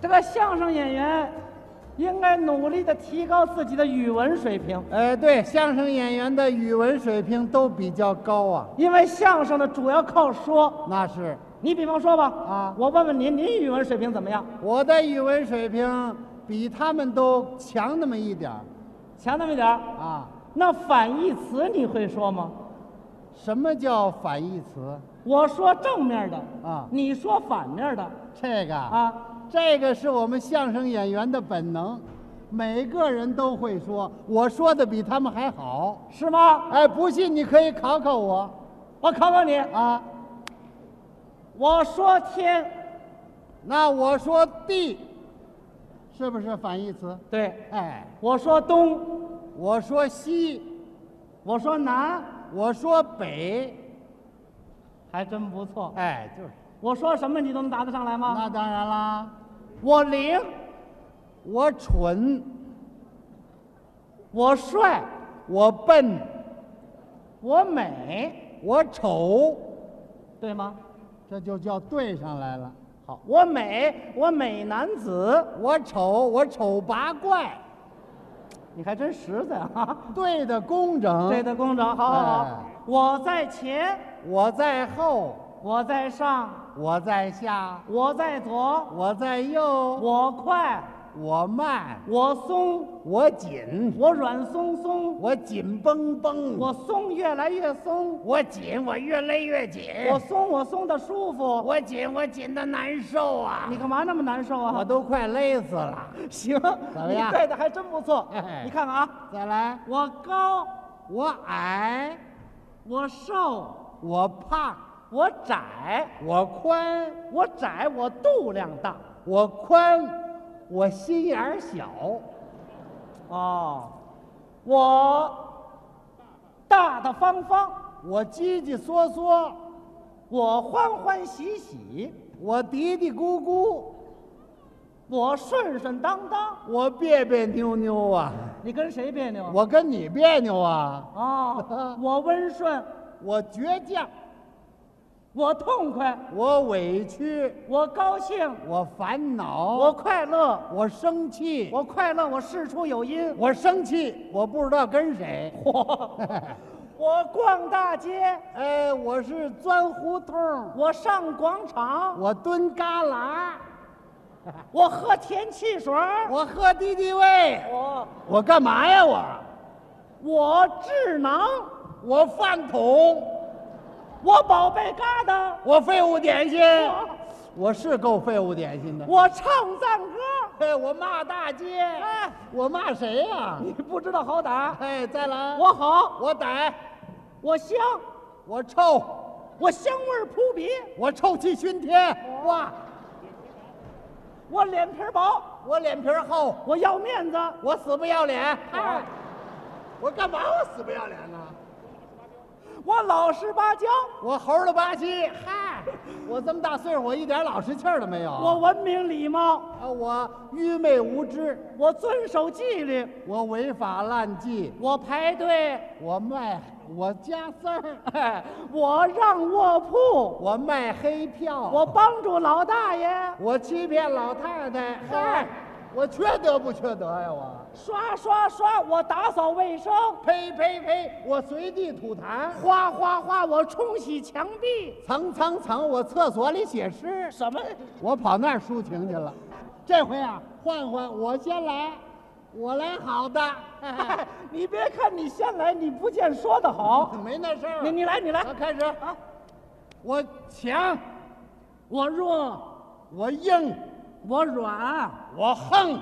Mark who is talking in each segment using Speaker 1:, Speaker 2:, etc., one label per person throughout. Speaker 1: 这个相声演员应该努力的提高自己的语文水平，
Speaker 2: 呃，对，相声演员的语文水平都比较高啊，
Speaker 1: 因为相声呢主要靠说。
Speaker 2: 那是。
Speaker 1: 你比方说吧，
Speaker 2: 啊
Speaker 1: 我问问您，您语文水平怎么样？
Speaker 2: 我的语文水平比他们都强那么一点儿
Speaker 1: 强那么一点儿。
Speaker 2: 啊。
Speaker 1: 那反义词你会说吗？
Speaker 2: 什么叫反义词？
Speaker 1: 我说正面的
Speaker 2: 啊
Speaker 1: 你说反面的
Speaker 2: 这个，
Speaker 1: 啊。
Speaker 2: 这个是我们相声演员的本能，每个人都会说，我说的比他们还好。
Speaker 1: 是吗？
Speaker 2: 哎，不信你可以考考我
Speaker 1: 我考考你，
Speaker 2: 啊。
Speaker 1: 我说天，
Speaker 2: 那我说地，是不是反义词？
Speaker 1: 对，
Speaker 2: 哎，
Speaker 1: 我说东，
Speaker 2: 我说西，
Speaker 1: 我说南，
Speaker 2: 我说北，
Speaker 1: 还真不错。
Speaker 2: 哎，就是。
Speaker 1: 我说什么你都能答得上来吗？
Speaker 2: 那当然啦，
Speaker 1: 我灵，
Speaker 2: 我蠢，
Speaker 1: 我帅，
Speaker 2: 我笨，
Speaker 1: 我美，
Speaker 2: 我丑，
Speaker 1: 对吗？
Speaker 2: 这就叫对上来了。
Speaker 1: 好，我美，我美男子，
Speaker 2: 我丑，我丑八怪，
Speaker 1: 你还真实在啊！
Speaker 2: 对的工整。
Speaker 1: 对的，工整，好好好
Speaker 2: 嗯哎。
Speaker 1: 我在前，
Speaker 2: 我在后，
Speaker 1: 我在上，
Speaker 2: 我在下，
Speaker 1: 我在左，
Speaker 2: 我在右，
Speaker 1: 我快，
Speaker 2: 我慢，
Speaker 1: 我松，
Speaker 2: 我紧，
Speaker 1: 我软松松，
Speaker 2: 我紧绷绷，
Speaker 1: 我松越来越松，
Speaker 2: 我紧，我越勒越紧，
Speaker 1: 我松我松的舒服。
Speaker 2: 我紧，我紧的难受啊！
Speaker 1: 你干嘛那么难受
Speaker 2: 我
Speaker 1: 啊？
Speaker 2: 都快勒死了。
Speaker 1: 行，
Speaker 2: 么
Speaker 1: 你
Speaker 2: 样
Speaker 1: 对的还真不错
Speaker 2: 哎。
Speaker 1: 你看看啊，
Speaker 2: 再来，
Speaker 1: 我高，
Speaker 2: 我矮，
Speaker 1: 我瘦，
Speaker 2: 我胖，
Speaker 1: 我窄，
Speaker 2: 我宽，
Speaker 1: 我窄，我度量大。
Speaker 2: 我宽，我心眼儿小，
Speaker 1: 哦，我大大方方，
Speaker 2: 我叽叽嗦嗦，
Speaker 1: 我欢欢喜喜，
Speaker 2: 我嘀嘀咕咕，
Speaker 1: 我顺顺当当。
Speaker 2: 我别别扭扭啊，
Speaker 1: 你跟谁别扭啊？
Speaker 2: 我跟你别扭啊，
Speaker 1: 哦，我温顺，
Speaker 2: 我倔强，
Speaker 1: 我痛快，
Speaker 2: 我委屈，
Speaker 1: 我高兴，
Speaker 2: 我烦恼，
Speaker 1: 我快乐，
Speaker 2: 我生气，
Speaker 1: 我快乐，我事出有因。
Speaker 2: 我生气，我不知道跟谁，
Speaker 1: 我 我逛大街，
Speaker 2: 哎，我是钻胡同儿，
Speaker 1: 我上广场，
Speaker 2: 我蹲旮旯，
Speaker 1: 我喝甜汽水儿，
Speaker 2: 我喝敌敌畏，
Speaker 1: 我
Speaker 2: 我干嘛呀我？
Speaker 1: 我智囊，
Speaker 2: 我饭桶。
Speaker 1: 我宝贝疙瘩，
Speaker 2: 我废物点心
Speaker 1: 我，
Speaker 2: 我是够废物点心的。
Speaker 1: 我唱赞歌。
Speaker 2: 嘿，我骂大街，
Speaker 1: 哎
Speaker 2: 我骂谁呀、
Speaker 1: 你不知道好歹，
Speaker 2: 哎，再来，
Speaker 1: 我好，
Speaker 2: 我歹，
Speaker 1: 我香，
Speaker 2: 我臭，
Speaker 1: 我香味儿扑鼻，
Speaker 2: 我臭气熏天。哇，
Speaker 1: 我脸皮儿薄，
Speaker 2: 我脸皮儿厚，
Speaker 1: 我要面子，
Speaker 2: 我死不要脸。
Speaker 1: 哎，
Speaker 2: 我干嘛我死不要脸呢？
Speaker 1: 我老实巴交，
Speaker 2: 我猴了吧唧。嗨，我这么大岁数，我一点老实气儿都没有。
Speaker 1: 我文明礼貌，
Speaker 2: 啊，我愚昧无知，
Speaker 1: 我遵守纪律，
Speaker 2: 我违法滥纪，
Speaker 1: 我排队，
Speaker 2: 我卖，我加塞儿，
Speaker 1: 哎，我让卧铺，
Speaker 2: 我卖黑票，
Speaker 1: 我帮助老大爷，
Speaker 2: 我欺骗老太太，嗨，我缺德不缺德呀？我
Speaker 1: 刷刷刷，我打扫卫生，
Speaker 2: 呸呸呸！我随地吐痰，
Speaker 1: 哗哗哗，我冲洗墙壁，
Speaker 2: 蹭蹭蹭！我厕所里写诗，
Speaker 1: 什么？
Speaker 2: 我跑那儿抒情去了。这回啊，换换，我先来，我来好的，
Speaker 1: 哎你别看你先来，你不见说的好，
Speaker 2: 没那事儿。
Speaker 1: 你你来你来
Speaker 2: 好，开始
Speaker 1: 啊。
Speaker 2: 我强，
Speaker 1: 我弱，
Speaker 2: 我硬，
Speaker 1: 我软，
Speaker 2: 我横，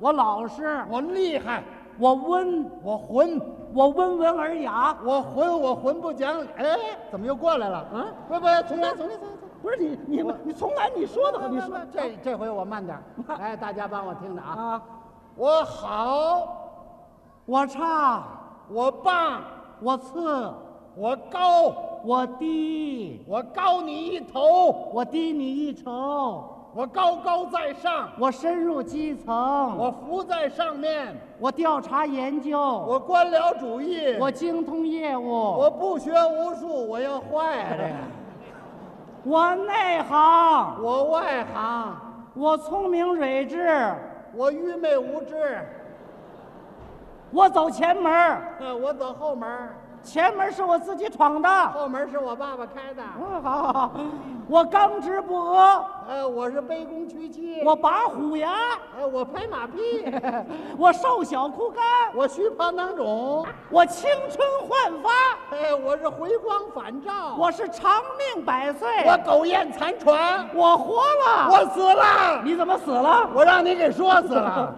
Speaker 1: 我老实，
Speaker 2: 我厉害，
Speaker 1: 我温，
Speaker 2: 我混，
Speaker 1: 我温文尔雅。
Speaker 2: 我混，我混不讲理。哎，怎么又过来了？
Speaker 1: 嗯
Speaker 2: 不不，重来，重来，重来。重来
Speaker 1: 不是你你们你从来你说的很，你说
Speaker 2: 这这回我慢点儿，哎，大家帮我听着啊！
Speaker 1: 啊，
Speaker 2: 我好，
Speaker 1: 我差，
Speaker 2: 我棒，
Speaker 1: 我次，
Speaker 2: 我高，
Speaker 1: 我低，
Speaker 2: 我高你一头，
Speaker 1: 我低你一筹，
Speaker 2: 我高高在上，
Speaker 1: 我深入基层，
Speaker 2: 我浮在上面，
Speaker 1: 我调查研究，
Speaker 2: 我官僚主义，
Speaker 1: 我精通业务，
Speaker 2: 我不学无术，我要坏这个，
Speaker 1: 我内行，
Speaker 2: 我外行，
Speaker 1: 我聪明睿智，
Speaker 2: 我愚昧无知，
Speaker 1: 我走前门儿，
Speaker 2: 呃我走后门儿，
Speaker 1: 前门儿是我自己闯的。
Speaker 2: 后门儿是我爸爸开的。
Speaker 1: 嗯，好好好，我刚直不阿，
Speaker 2: 呃，我是卑躬屈膝，
Speaker 1: 我拔虎牙，
Speaker 2: 呃我拍马屁，
Speaker 1: 我瘦小枯干，
Speaker 2: 我虚胖囊肿，
Speaker 1: 我青春焕发，
Speaker 2: 哎，我是回光返照，
Speaker 1: 我是长命百岁，
Speaker 2: 我苟延残喘，
Speaker 1: 我活了，
Speaker 2: 我死了，
Speaker 1: 你怎么死了？
Speaker 2: 我让你给说死了。